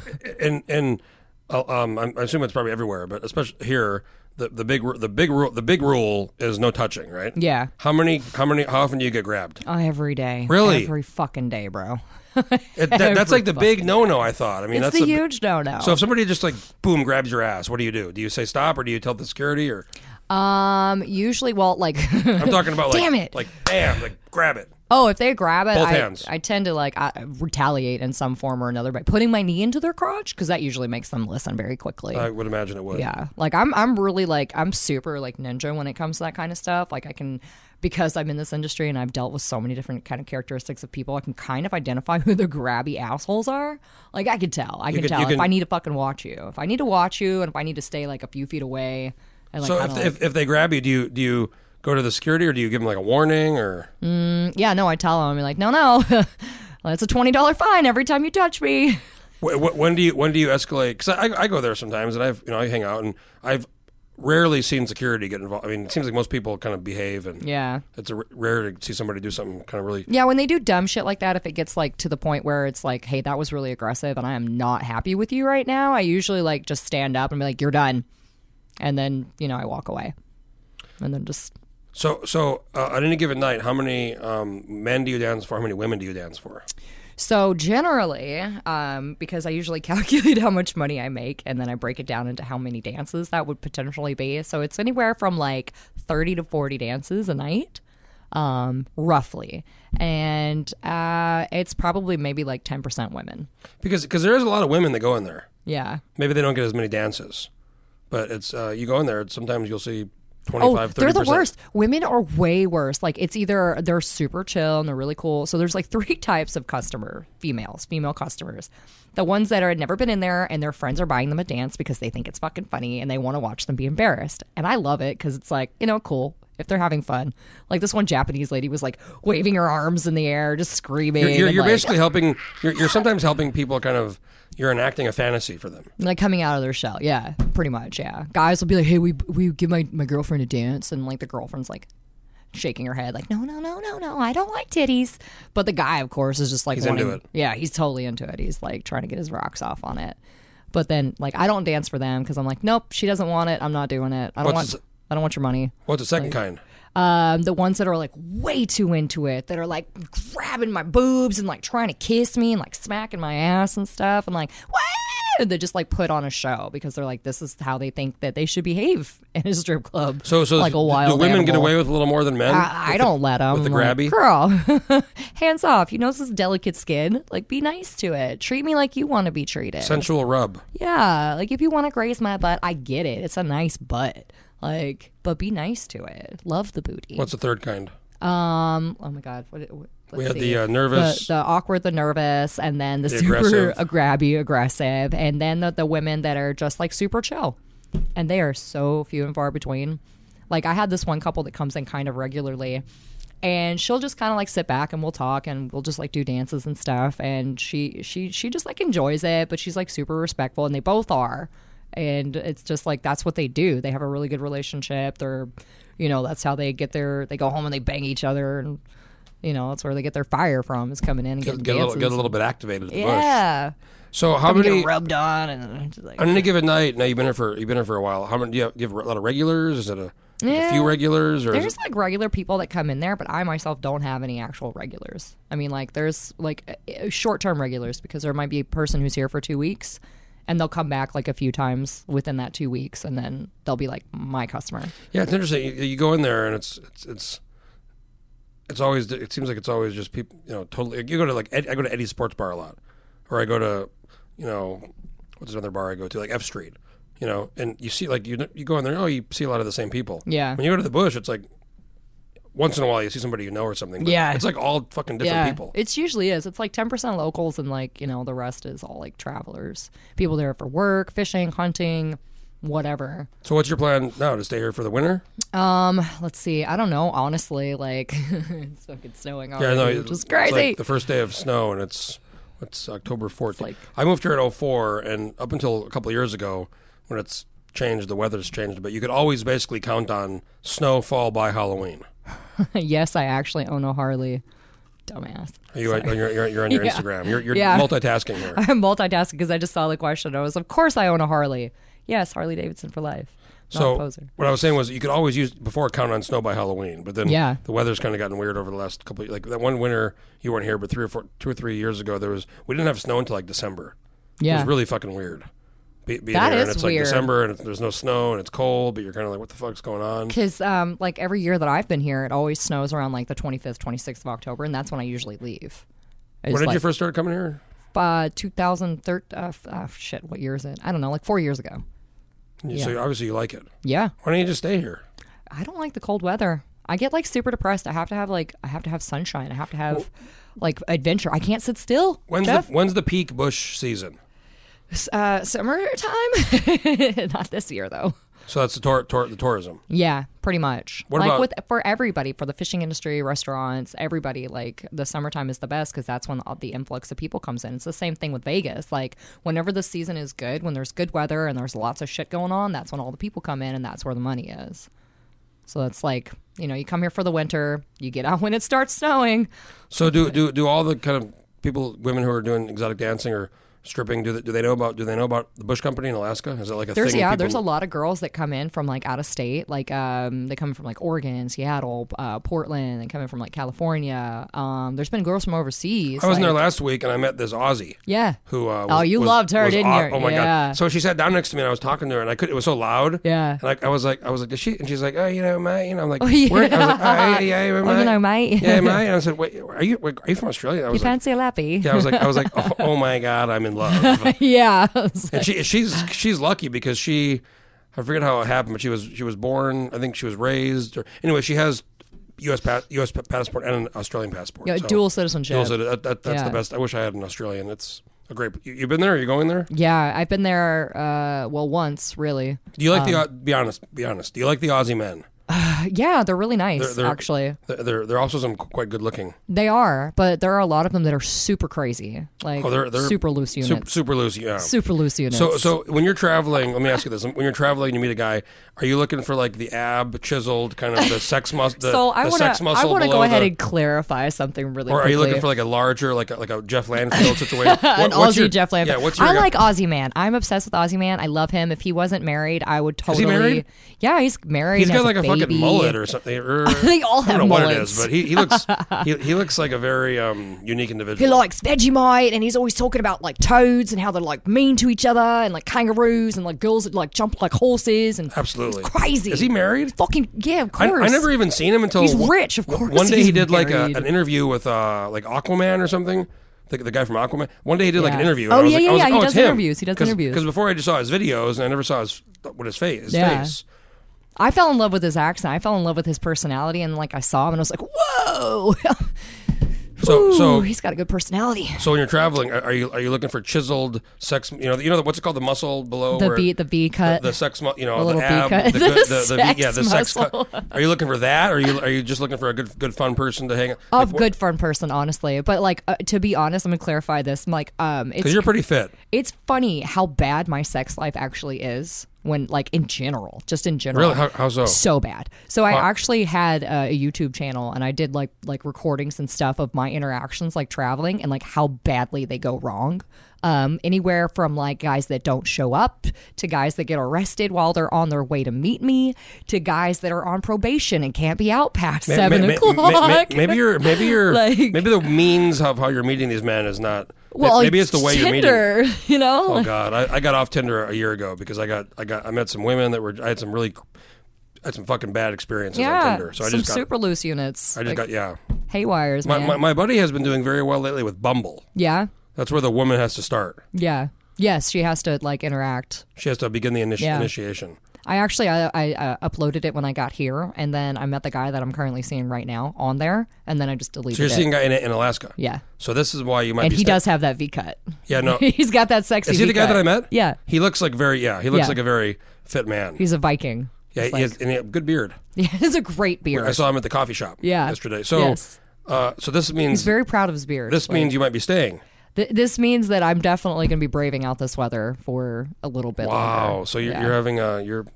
and and uh, um, I'm- I assume it's probably everywhere, but especially here, the, the big ru- the big rule the big rule is no touching, right?
Yeah.
How many how many how often do you get grabbed?
Oh, every day,
Really?
every fucking day, bro.
It, that, that's like the big no no. I thought. I mean,
It's
that's
the
a bi-
huge no no.
So if somebody just like boom grabs your ass, what do you do? Do you say stop or do you tell the security or?
um, usually, well, like,
I'm talking about like,
Damn it.
like bam, like grab it.
oh, if they grab it,
Both
I,
hands.
I tend to like I, retaliate in some form or another by putting my knee into their crotch because that usually makes them listen very quickly.
I would imagine it would.
Yeah. Like I'm I'm really like I'm super like ninja when it comes to that kind of stuff. Like I can because I'm in this industry and I've dealt with so many different kind of characteristics of people, I can kind of identify who the grabby assholes are. Like I can tell. I can,
can-
tell
you
if
can-
I need to fucking watch you. If I need to watch you and if I need to stay like a few feet away and like,
So
I
if,
don't
if if they grab you, do you do you go to the security or do you give them like a warning or?
Mm. like- yeah, no, I tell them. I'm like, no, no, it's a twenty dollar fine every time you touch me.
Wh- wh- When do you when do you escalate? Because I, I go there sometimes and I've you know I hang out and I've rarely seen security get involved. I mean, it seems like most people kind of behave and
Yeah.
it's a r- rare to see somebody do something kind of really.
Yeah, when they do dumb shit like that, if it gets like to the point where it's like, hey, that was really aggressive and I am not happy with you right now, I usually like just stand up and be like, you're done. And then, you know, I walk away. And then just,
So so uh, on any given night, how many um, men do you dance for? How many women do you dance for?
so generally, um, because I usually calculate how much money I make and then I break it down into how many dances that would potentially be. So it's anywhere from like 30 to 40 dances a night, um, roughly. And uh, it's probably maybe like 10% women.
Because because there is a lot of women that go in there.
Yeah.
Maybe they don't get as many dances, but it's uh, you go in there. Sometimes you'll see
Oh,
25, 30%.
they're the worst. Women are way worse. Like it's either they're super chill and they're really cool. So there's like three types of customer females, female customers. The ones that are had never been in there and their friends are buying them a dance because they think it's fucking funny and they want to watch them be embarrassed. And I love it because it's like you know cool if they're having fun. Like this one Japanese lady was like waving her arms in the air, just screaming.
You're, you're,
and,
you're
like,
basically helping, you're, you're sometimes helping people kind of, you're enacting a fantasy for them.
like coming out of their shell. Yeah, pretty much. Yeah, guys will be like, "Hey, we we give my my girlfriend a dance," and like the girlfriend's like shaking her head, like, "No, no, no, no, no, I don't like titties." But the guy, of course, is just like,
He's into
wanting-
it.
Yeah, he's totally into it. He's like trying to get his rocks off on it. But then, like, I don't dance for them because I'm like, nope, she doesn't want it. I'm not doing it. I don't
What's
want.
this-
I don't want your money.
What's the second kind?
Um, the ones that are like way too into it, that are like grabbing my boobs and like trying to kiss me and like smacking my ass and stuff, and like what? They just like put on a show because they're like, this is how they think that they should behave in a strip club.
So, so
like a wild.
do women get
animal. Uh,
away with a little more than men?
I, I don't let them.
with the grabby?
girl, hands off. You know this is delicate skin. Like, be nice to it. Treat me like you want to be treated.
Sensual rub.
Yeah, like if you want to graze my butt, I get it. It's a nice butt. Like, but be nice to it. Love the booty.
What's the third kind?
Um. Oh my God. What? what let's
We had
see.
the uh,
the,
nervous.
the awkward, the nervous, and then the, super
aggressive.
uh, grabby, aggressive, and then the, the women that are just like super chill, and they are so few and far between. Like I had this one couple that comes in kind of regularly, and she'll just kind of like sit back and we'll talk and we'll just like do dances and stuff, and she she she just like enjoys it, but she's like super respectful, and they both are. And it's just like that's what they do. They have a really good relationship. They're, you know, that's how they get their. They go home and they bang each other, and you know, that's where they get their fire from. Is coming in and
Get,
getting
get a little,
dances.
get a little bit activated at the bush.
Yeah,
So how
you
many
get rubbed on and just like
on any given night? Now you've been here for you've been here for a while. How many do you have, do you have a lot of regulars? Is it a, like a
Yeah.
few regulars or is
there's like regular people that come in there, but I myself don't have any actual regulars. I mean, like there's like short term regulars because there might be a person who's here for two weeks. And they'll come back like a few times within that two weeks, and then they'll be like my customer.
it, yeah? It's interesting. You, you go in there and it's it's it's it's always it seems like it's always just people you know totally. You go to like Ed, I go to Eddie's Sports Bar a lot, or I go to you know what's another bar I go to like F Street. You know, and you see like you you go in there. Oh, you see a lot of the same people.
Yeah.
When you go to the bush, it's like once in a while you see somebody you know or something. but
Yeah.
It's like all fucking different people.
It's usually is. It's like ten percent locals and like, you know, the rest is all like travelers. People there for work, fishing, hunting, whatever.
So what's your plan now? To stay here for the winter?
Um, let's see. I don't know, honestly, like it's fucking snowing already,
I know,
which is
it's like
crazy.
the first day of snow, and it's it's October fourteenth.
like-
I moved here at 04, and up until a couple of years ago, when it's changed, the weather's changed, but you could always basically count on snowfall by Halloween.
yes, I actually own a Harley. Dumbass.
Are you on, you're, you're, you're on your Instagram. You're, you're
Yeah.
multitasking here.
I'm multitasking because I just saw the question. I was, of course, I own a Harley. Yes, Harley Davidson for life. Not a
So
poser.
what I was saying was you could always use before count on snow by Halloween, but then
Yeah.
the weather's kind of gotten weird over the last couple. Of, like that one winter you weren't here, but three or four, two or three years ago there was we didn't have snow until like December. It
Yeah.
was really fucking weird. Be, being
That
here,
is
and it's
weird.
like December and it's, there's no snow and it's cold, but you're kind of like, what the fuck's going on?
Because um, like every year that I've been here, it always snows around like the 25th, 26th of October, and that's when I usually leave. It's
When did
like,
you first start coming here?
Uh, 2013. Uh, f- uh, shit, what year is it? I don't know. Like four years ago.
And you- So obviously you like it.
Yeah.
Why don't you just stay here?
I don't like the cold weather. I get like super depressed. I have to have like I have to have sunshine. I have to have like adventure. I can't sit still.
When's
Jeff.
the when's the peak bush season?
uh, summertime. Not this year though.
So that's the tour, tour, the tourism.
Yeah, pretty much.
What
like
about-
with for everybody, for the fishing industry, restaurants, everybody. Like the summertime is the best because that's when all the influx of people comes in. It's the same thing with Vegas. Like whenever the season is good, when there's good weather and there's lots of shit going on, that's when all the people come in and that's where the money is. So that's like you know you come here for the winter, you get out when it starts snowing.
So do do do all the kind of people, women who are doing exotic dancing or stripping, do they, do they know about do they know about the Bush Company in Alaska? Is that like a
There's
thing?
yeah,
people-
there's a lot of girls that come in from like out of state, like um, they come from like Oregon, Seattle, uh, Portland, and coming from like California. Um, there's been girls from overseas.
I was in there
like-
last week and I met this Aussie.
Yeah.
Who? Uh, was,
Oh, you
was-
loved her,
was
didn't
aw-
you?
Oh my
Yeah.
god! So she sat down next to me and I was talking to her and I could. It was so loud.
Yeah.
And I, I was like, I was like, is she? And she's like, oh, you know, mate. You know, I'm like,
yeah.
where? I was like, oh, yeah, yeah, yeah,
Oh, you know, mate.
Yeah, mate. And I said, wait, are you? Wait, are you from Australia? I
You
was like,
fancy a lappy?
yeah. I was like, I was like, oh, oh my god, I'm in love.
yeah. I was like,
And she, she's she's lucky because she, I forget how it happened, but she was she was born. I think she was raised. Or anyway, she has U.S. Pa- U.S. pa- passport and an Australian passport.
Yeah,
so-
dual citizenship.
Dual citi- that, that- that's
Yeah.
the best. I wish I had an Australian. It's a great. You, you've been there. Are you going there?
yeah, I've been there. Uh, well, once really.
Do you like
Um,
the? Au- Be honest. Be honest. Do you like the Aussie men?
Yeah, they're really nice.
They're- they're-
actually,
They're they're, they're also some qu- quite good looking.
they are, but there are a lot of them that are super crazy, like
Oh, they're- they're
super loose
Sup-
units,
super loose. Yeah.
super loose units.
So, so when you're traveling, let me ask you this: When you're traveling, you meet a guy. Are you looking for like the ab chiseled kind of the sex muscle? The,
So I
the
want
sex
to I
muscle
want to
below
go ahead
the-
and clarify something really.
or are
quickly.
you looking for like a larger, like a, like a Jeff Landfill situation? What-
an
what's
Aussie
your-
Jeff Lamb.
Yeah, what's your?
I like Aussie Man. I'm obsessed with Aussie Man. I love him. If he wasn't married, I would totally.
he married?
Yeah, he's married.
He's
and has
got like a,
baby.
fucking mullet or something. Or,
They all
I don't
have
know what it
mullets.
is, but he, he looks he, he looks like a very um, unique individual.
He likes Vegemite, and he's always talking about like toads and how they're like mean to each other, and like kangaroos, and like girls that like jump like horses, and
Absolutely
He's crazy.
Is he married?
Fucking yeah, of
I,
course.
I never even seen him until
He's
one-
rich, of course.
One day he
he's
did like a,
married.
an interview with uh, like Aquaman or something. The, the guy from Aquaman. One day he did like an
Yeah.
interview.
Oh,
and I was
yeah,
like,
yeah,
I was
yeah,
like,
he
oh,
does
it's him.
interviews, he does interviews.
Because before I just saw his videos and I never saw his what his face. His
Yeah.
face.
I fell in love with his accent. I fell in love with his personality, and like I saw him, and I was like, whoa.
So
Ooh,
so
he's got a good personality.
so when you're traveling, are are you are you looking for chiseled sex? You know you know what's it called the muscle below
The
where-
B, the B cut.
the sex, mu- you know,
The little
the
V
ab,
cut.
the,
The
good, the, the, V- yeah, the
sex
sex. cut.
muscle.
Are you looking for that? Or are you are you just looking for a good good fun person to hang?
of
like,
good fun person, honestly. But like uh, to be honest, I'm gonna clarify this. I'm like, um,
because
it's
you're pretty fit.
it's funny how bad my sex life actually is when like in general, just in general.
Really? How, how so?
so bad. So I actually had uh, a YouTube channel and I did like like recordings and stuff of my interactions like traveling and like how badly they go wrong. Um, anywhere from like guys that don't show up to guys that get arrested while they're on their way to meet me to guys that are on probation and can't be out past
May-
seven
Eh, may- may-
o'clock.
may- may- maybe you're maybe you're
Like-
maybe the means of how you're meeting these men is not. may-
well,
maybe it's the way you're meeting.
Tinder, you know.
Oh God, I, I got off Tinder a year ago because I got I got I met some women that were I had some really I had some fucking bad experiences on
yeah,
Tinder. So I
some
just got
super loose units,
I just got yeah.
haywires,
My,
man.
my my buddy has been doing very well lately with Bumble.
yeah,
That's where the woman has to start.
yeah, yes. She has to like interact.
She has to begin the initi-
Yeah.
initiation.
I actually I, I uh, uploaded it when I got here, and then I met the guy that I'm currently seeing right now on there, and then I just deleted
So you're
it.
seeing a guy in, in Alaska.
yeah,
So this is why you might
and
be.
he
sta-
does have that V cut.
Yeah, no.
He's got that sexy.
Is he the
V
guy
cut.
that I met?
Yeah,
He looks like very yeah. He looks
Yeah.
like a very fit man.
he's a Viking.
yeah, he has, and he has good beard.
Yeah, he has a great beard.
I saw him at the coffee shop.
Yeah.
yesterday. So,
Yes.
uh, so this means
He's very proud of his beard.
this means you might be staying.
Th- this means that I'm definitely going to be braving out this weather for a little bit. longer.
Wow. So you're,
Yeah.
you're having a you're.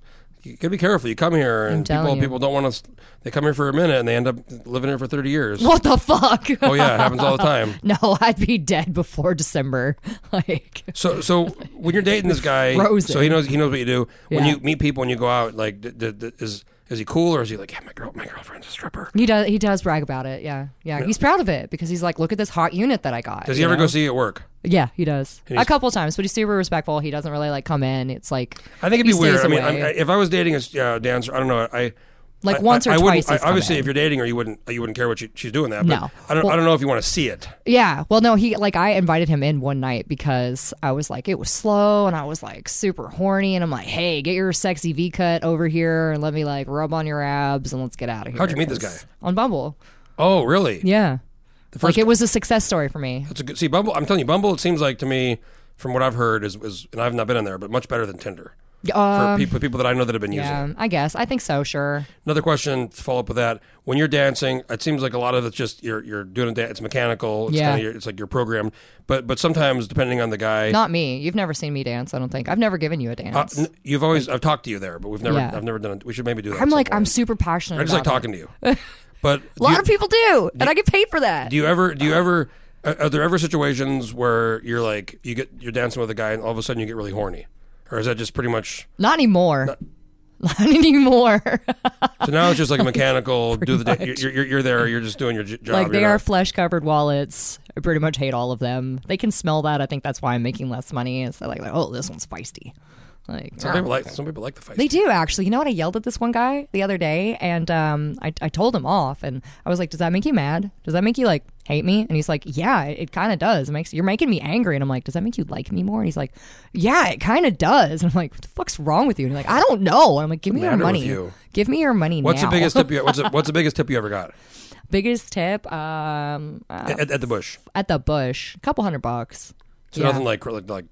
You gotta be careful. You come here, and
telling
people
you.
people don't want to. They come here for a minute, and they end up living here for thirty years.
What the fuck?
Oh yeah, it happens all the time.
no, I'd be dead before December. Like,
So so when you're dating this guy,
Frozen.
so he knows he knows what you do. When
Yeah.
you meet people and you go out, like d- d- d- is is he cool or is he like yeah my girl my girlfriend's a stripper?
He does. He does brag about it. Yeah, yeah. He's proud of it because he's like, look at this hot unit that I got.
Does he
you
ever
know?
go see you at work?
Yeah, he does. A
he's-
couple times, but he's super respectful. He doesn't really like come in. It's like
I think it'd
he
be weird.
stays
I mean,
away.
I, I- if I was dating a uh, dancer, I don't know. I
Like
I-
once or
I, I wouldn't-
twice he's
I, obviously,
come
if you're dating her, you wouldn't you wouldn't care what she, she's doing that. But
No.
I don't. I don't know if you want to see it.
yeah. Well, no, he like I invited him in one night because I was like it was slow and I was like super horny and I'm like, hey, get your sexy V cut over here and let me like rub on your abs and let's get out of here.
How'd you meet this
'cause-
guy?
On Bumble.
Oh, really?
Yeah.
first-
like it was a success story for me.
That's a good. See, Bumble. I'm telling you, Bumble. It seems like to me, from what I've heard, is, is and I've not been in there, but much better than Tinder for
Um,
people people that I know that have been using. it.
yeah, I guess. I think so. Sure.
Another question to follow up with that: When you're dancing, it seems like a lot of it's just you're you're doing a dance. It's mechanical. It's
Yeah.
Kinda, your- it's like you're programmed. But but sometimes depending on the guy,
Not me. You've never seen me dance. I don't think. I've never given you a
Uh,
dance.
n- you've always I've talked to you there, but we've never
Yeah.
I've never done it. We should maybe do that.
I'm
at some
like I'm
point.
super passionate.
I just like
about it.
talking to you. But
A lot
do, you,
of people do, and I get paid for that.
do you ever do you ever are, are there ever situations where you're like you get you're dancing with a guy and all of a sudden you get really horny, or is that just pretty much
Not anymore. Not anymore.
so now it's just like a mechanical do the da- you're, you're you're there you're just doing your j- job
like they
you're
are
not-
flesh covered wallets. I pretty much hate all of them. They can smell that. I think that's why I'm making less money. It's like, oh, this one's feisty. Like,
Some people like some people like the face.
They do actually. You know what? I yelled at this one guy the other day, and um, I, I told him off, and I was like, "Does that make you mad? Does that make you like hate me?" And he's like, "Yeah, it, it kind of does. It makes you're making me angry." And I'm like, "Does that make you like me more?" And he's like, "Yeah, it kind of does." And I'm like, "What the fuck's wrong with you?" And he's like, "I don't know." And I'm like, "Give me your
matter with
money.
you?
Give me your money
What's
now."
the biggest tip? You, what's, the, what's the biggest tip you ever got
biggest tip? Um, uh,
at, at the bush?
at the bush, a couple hundred bucks.
So
Yeah. Mm.
nothing like like like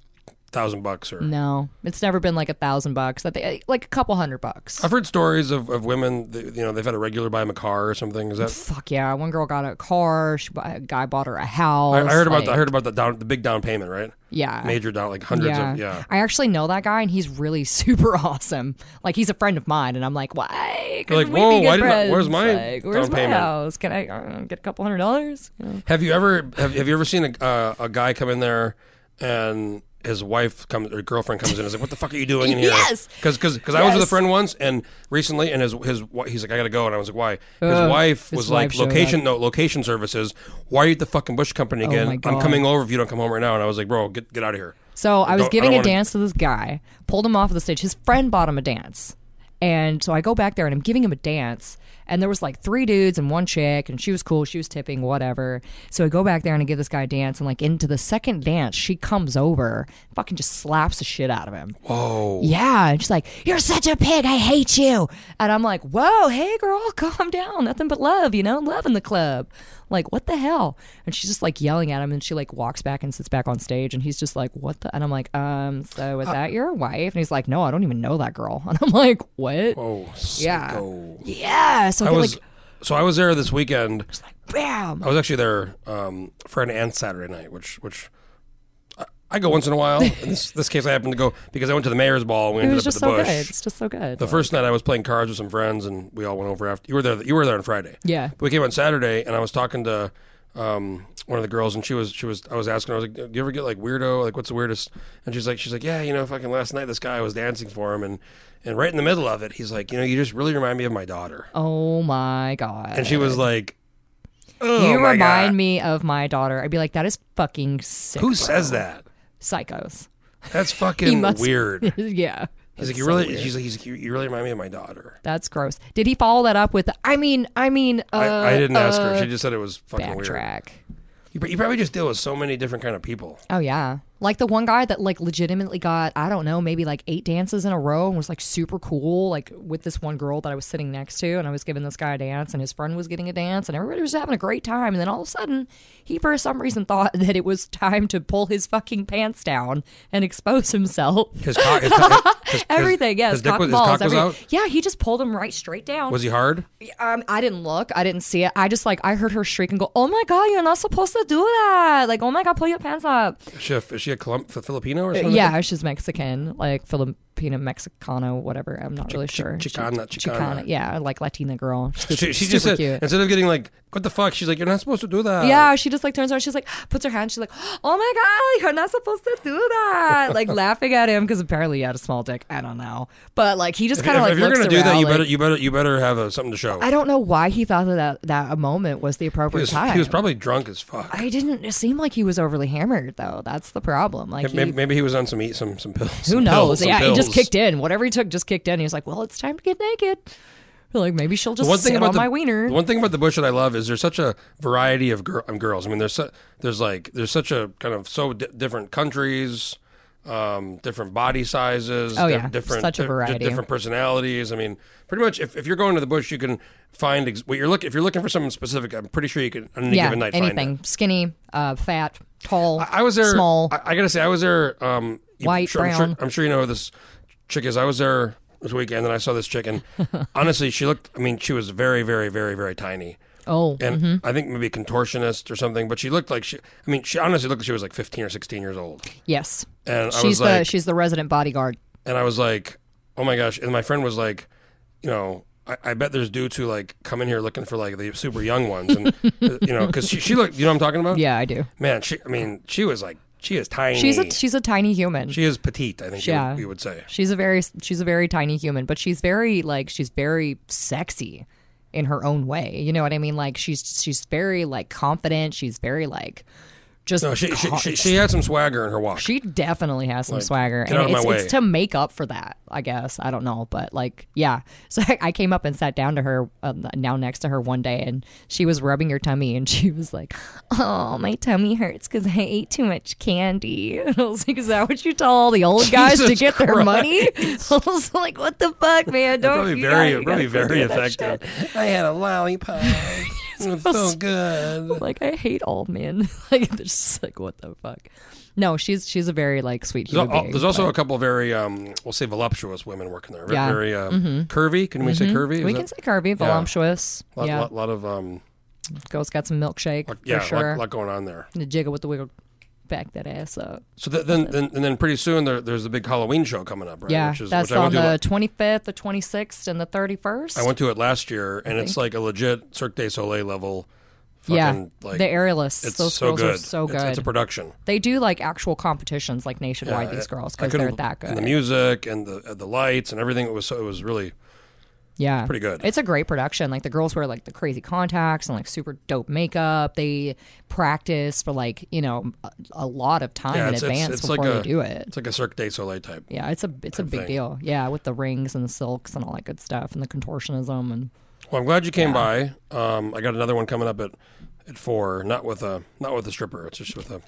thousand bucks or.
No, it's never been like a thousand bucks. I think like a couple hundred bucks.
I've heard stories of, of women, that, you know, they've had a regular buy them a car or something. Is that?
Fuck yeah! One girl got a car. She, a guy bought her a house.
I, I heard about
like,
the, I heard about the down the big down payment, right?
Yeah.
Major down like hundreds of yeah.
I actually know that guy, and he's really super awesome. Like he's a friend of mine, and I'm like, why?
You're like,
couldn't
whoa,
we be
why
good
didn't I-
friends?
where's my
like, where's
down
my
payment?
house? Can I uh, get a couple hundred dollars? You know?
Have you ever have, have you ever seen a uh, a guy come in there and his wife comes or girlfriend comes in and is like, "What the fuck are you doing in here?"
Yes!
because because I was with a
Yes.
friend once and recently, and his his wi- he's like, "I gotta go," and I was like, "Why?" His
Ugh,
wife
his
was
wife
like,
showed
"Location no location services. Why are you at the fucking Bush Company again?
Oh my
I'm
God.
coming over if you don't come home right now." And I was like, "Bro, get get out of here."
So I was
don't- I
giving
don't
a
wanna-
dance to this guy, pulled him off of the stage. His friend bought him a dance. And so I go back there and I'm giving him a dance. And there was like three dudes and one chick, and she was cool. She was tipping, whatever. So I go back there and I give this guy a dance. And like into the second dance, she comes over, fucking just slaps the shit out of him.
Whoa.
Yeah. And she's like, You're such a pig. I hate you. And I'm like, Whoa, hey, girl, calm down. Nothing but love, you know, love in the club. Like, what the hell? And she's just like yelling at him. And she like walks back and sits back on stage. And he's just like, What the? And I'm like, Um, so
Uh,
is that your wife? And he's like, No, I don't even know that girl. And I'm like, What?
Oh,
yeah.
sicko.
Yeah. So I
I
get,
was
like,
so I was there this weekend.
just like, Bam.
I was actually there um, Friday and Saturday night, which which I, I go once in a while. In this this case, I happened to go because I went to the mayor's ball. and We
It
ended
was
up
just
at the
so
bush.
good. It's just so good.
The first night I was playing cards with some friends, and we all went over after you were there. You were there on Friday.
Yeah.
But we came on Saturday, and I was talking to um, one of the girls, and she was she was I was asking her, I was like, "Do you ever get like weirdo? Like, what's the weirdest?" And she's like, she's like, "Yeah, you know, fucking last night, this guy I was dancing for him, and and right in the middle of it, he's like, you know, you just really remind me of my daughter."
Oh my God.
And she was like, "Oh
you
my
remind
God.
me of my daughter. I'd be like, That is fucking sick.
Who
bro."
says that?
Psychos.
That's fucking
must-
weird."
yeah.
He's like,
That's
you
so
really,
weird.
she's like, he's like, you, you really remind me of my daughter.
That's gross. Did he follow that up with? I mean, I mean, uh,
I, I didn't ask her.
uh,
She just said it was fucking weird.
backtrack.
You, pr- you probably just deal with so many different kind of people.
Oh yeah, like the one guy that like legitimately got I don't know maybe like eight dances in a row and was like super cool like with this one girl that I was sitting next to and I was giving this guy a dance and his friend was getting a dance and everybody was having a great time and then all of a sudden he for some reason thought that it was time to pull his fucking pants down and expose himself.
His cock, his, cock- his, his-
Everything, yes,
his dick
cock
was,
and balls.
His cock was
every-
out.
Yeah, he just pulled him right straight down.
Was he hard?
Um, I didn't look. I didn't see it. I just like I heard her shriek and go, "Oh my god, you're not supposed to do that!" Like, "Oh my god, pull your pants up."
Is she a, is she a Colum- F- Filipino or something?
Uh, Yeah, she's Mexican, like Filipino, Mexicano, whatever. I'm not really sure. She-
Chicana, Chicana.
Chicana, yeah, like Latina girl. She's
She, she
super
just uh, said
cute.
instead of getting like what the fuck, she's like you're not supposed to do that.
Yeah, she just like turns around. She's like, puts her hand. She's like, oh my God, you're not supposed to do that. Like laughing at him because apparently he had a small dick. I don't know. But like he just
If,
kind of
if
like
you're
looks
gonna do that,
around,
you
like-
better, you better, you better have uh something to show.
I don't know why he thought that, that that a moment was the
he,
appropriate
was,
time.
he was probably drunk as fuck.
I didn't seem like he was overly hammered though. That's the problem. Like he,
maybe, maybe he was on some eat some some pills.
who
some
knows?
pills, some
yeah, he just
pills.
kicked in. Whatever he took just kicked in. He was like, "Well, it's time to get naked." Like maybe she'll just
The one thing
sit
about
on
the,
my wiener.
the one thing about the bush that I love is there's such a variety of girl, um, girls. I mean, there's su- there's like there's such a kind of so di- different countries, um, different body sizes.
Oh,
di-
yeah.
different
Such a
di- di-
variety.
different personalities. I mean, pretty much if, if you're going to the bush, you can find ex- what you're looking. If you're looking for something specific, I'm pretty sure you can on any
yeah,
given night find it.
anything skinny, uh, fat, tall.
I, I was there.
small.
I, I gotta say, I was there. Um, you-
White,
sure- I'm
brown.
sure, I'm sure you know who this chick is. I was there this weekend, and I saw this chick, and honestly, she looked. I mean, she was very, very, very, very tiny.
oh,
and I think maybe contortionist or something. But she looked like she. I mean, she honestly looked like she was like fifteen or sixteen years old.
yes,
And I
she's
was
the
like,
she's the resident bodyguard.
and I was like, oh my gosh. And my friend was like, you know, I, I bet there's dudes who like come in here looking for like the super young ones, and uh, you know, because she, she looked. You know what I'm talking about?
Yeah, I do.
Man, she. I mean, she was like, she is tiny.
She's a she's a tiny human.
she is petite. I think. Yeah. You,
Yeah.
would, you would say.
She's a very she's a very tiny human, but she's very like she's very sexy in her own way. You know what I mean? Like she's she's very like confident. She's very like just
No, she, she,
ca-
she, she had some swagger in her walk.
she definitely has some
Like,
swagger,
get
and
out of my
it's,
way.
it's to make up for that, I guess. I don't know, but like, yeah. So I, I came up and sat down to her, um, now next to her one day, and she was rubbing her tummy, and she was like, "Oh, my tummy hurts because I ate too much candy." And I was like, "Is that what you tell all the old guys to
Jesus
get their money?" I was like, "What the fuck, man? Don't
Really
you
very,
gotta- you
really
gotta quit
very
doing that shit."
effective. I had a lollipop. it was so good.
Like I hate all men. like they're just like what the fuck. No, she's she's a very like sweet
There's,
human
al-
being.
there's also a couple very, um, we'll say, voluptuous women working there. Very,
Yeah. Mm-hmm.
very um, curvy. Can we say curvy? Is
We
that-
can say curvy, voluptuous.
lot,
yeah,
lot, lot of um,
girl's got some milkshake
like, yeah,
for sure.
lot, lot going on there.
And the jiggle with the wiggle, back that ass up.
So th- then, then, and then pretty soon there, there's the big Halloween show coming up, right?
yeah,
which is,
that's
which I
on
went to
the twenty fifth, the twenty sixth, and the thirty first.
I went to it last year, and it's like a legit Cirque du Soleil level. Fucking,
yeah,
like,
the aerialists.
It's
Those
so
girls
good.
are so good.
It's, it's a production.
they do like actual competitions, like nationwide.
Yeah,
these
I-
girls
I
because
couldn't-
they're that good.
And the music and the uh, the lights and everything. It was so, it was really
Yeah.
pretty good.
It's a great production. Like the girls wear like the crazy contacts and like super dope makeup. They practice for like, you know, a, a lot of time
yeah,
in
it's, it's,
advance
it's
before
like a
they do it.
it's like a Cirque du Soleil type.
Yeah, it's a it's a big
thing.
deal. Yeah, with the rings and the silks and all that good stuff and the contortionism and
Well, I'm glad you came by. Um, I got another one coming up at at four. Not with a not with a stripper. It's just with a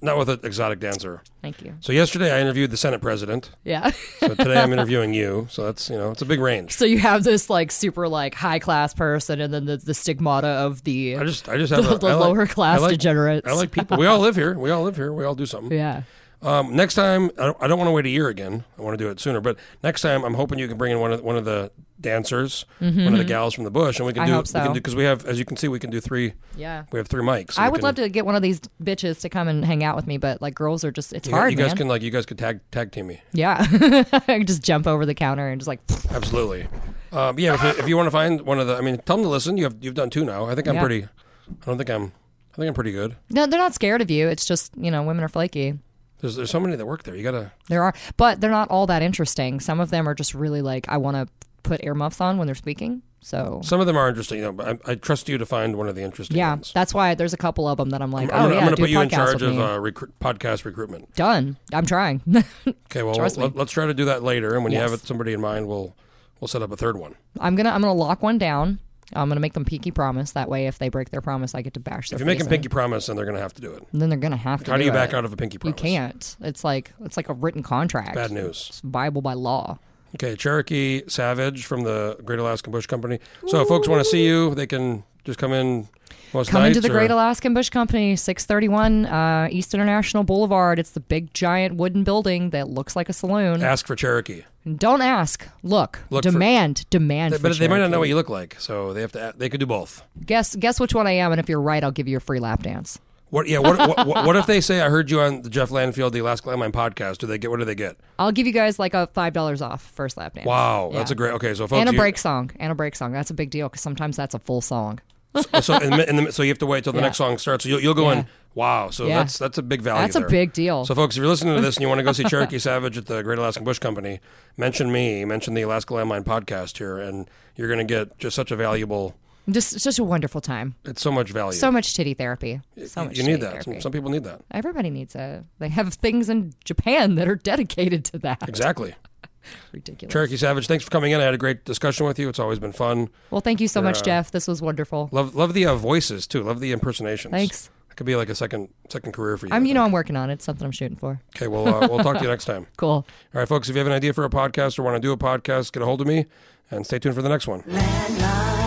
not with an exotic dancer.
thank you.
So yesterday I interviewed the Senate president.
Yeah.
So today I'm interviewing you. So that's you know it's a big range.
so you have this like super like high class person and then the, the stigmata of the
I just I just have
The-
a,
the
I like-
lower class
I like-
degenerates.
I like people. We all live here. We all live here. We all do something.
Yeah.
Um, next time, I don't, I don't want to wait a year again. I want to do it sooner. But next time, I'm hoping you can bring in one of one of the dancers, one of the gals from the bush, and we can
Mm-hmm. I
do
hope
we can
so.
do because we have, as you can see, we can do three.
Yeah.
We have three mics. so
I
we
would
can-
love to get one of these bitches to come and hang out with me, but like girls are just it's
You,
hard.
you guys
man.
can like you guys could tag tag team me.
Yeah. I can just jump over the counter and just like
Absolutely. Um, yeah. If, if you want to find one of the, I mean, tell them to listen. You have you've done two now. I think I'm
Yeah.
pretty. I don't think I'm. I think I'm pretty good.
No, they're not scared of you. It's just, you know, women are flaky.
There's there's so many that work there. You gotta.
There are, but they're not all that interesting. Some of them are just really like, I want to put earmuffs on when they're speaking. So,
Some of them are interesting, you know, but I, I trust you to find one of the interesting
yeah,
ones.
that's why there's a couple of them that I'm like,
I'm
oh,
gonna,
yeah,
I'm gonna
do
put
a
you in
podcast
charge
with
of
me.
uh, recruit, podcast recruitment.
Done. I'm trying.
Okay, well,
Trust
let,
me.
us try to do that later, and when you
Yes.
have it, somebody in mind, we'll we'll set up a third one.
I'm going to, I'm going to lock one down. I'm going to make them pinky promise. That way, if they break their promise, I get to bash their
If you make
face
them
in.
pinky promise, then they're going to have to do it.
then they're going to have to.
How do you back
it.
out of a pinky
You
promise?
can't. It's like, it's like a written contract.
Bad news.
It's Bible by law.
Okay, Cherokee Savage from the Great Alaskan Bush Company. So, if folks want to see you, they can just come in most
Coming
nights.
to the
or-
Great Alaskan Bush Company, 631 uh, East International Boulevard. It's the big giant wooden building that looks like a saloon.
Ask for Cherokee,
Don't ask. Look.
Look for-
demand. demand.
They-
for
but they might
Cherokee.
not know what you look like, so they have to. They could do both.
Guess guess which one I am, and if you're right, I'll give you a free lap dance.
What? Yeah. What? what, what, what if they say I heard you on the Jeff Landfield, the Alaska Landmine podcast? Do they get? What do they get?
I'll give you guys like a five dollars off first lap dance.
Wow,
Yeah.
that's a great. Okay, so folks,
and a
you-
break song. And a break song. That's a big deal because sometimes that's a full song.
so in the, in the, so you have to wait till the
Yeah.
next song starts. So you'll, you'll go in.
Yeah.
Wow, so
Yeah.
that's that's a big value.
That's a
there.
big deal.
So, folks, if you're listening to this and you want to go see Cherokee Savage at the Great Alaskan Bush Company, mention me, mention the Alaska Landmine podcast here, and you're going to get just such a valuable.
Just it's just a wonderful time.
It's so much value.
So much titty therapy. So
you,
much
you need
titty
that.
Therapy.
Some, some people need that.
Everybody needs a. They have things in Japan that are dedicated to that.
Exactly.
Ridiculous.
Cherokee Savage, thanks for coming in. I had a great discussion with you. It's always been fun.
Well, thank you so much,
uh,
Jeff. This was wonderful.
Love love the uh, voices too. Love the impersonations.
Thanks.
That could be like a second second career for you.
I'm,
I
you
think.
know, I'm working on it. It's something I'm shooting for.
Okay, well, uh, we'll talk to you next time.
Cool.
All right, folks, if you have an idea for a podcast or want to do a podcast, get a hold of me and stay tuned for the next one.
Landline.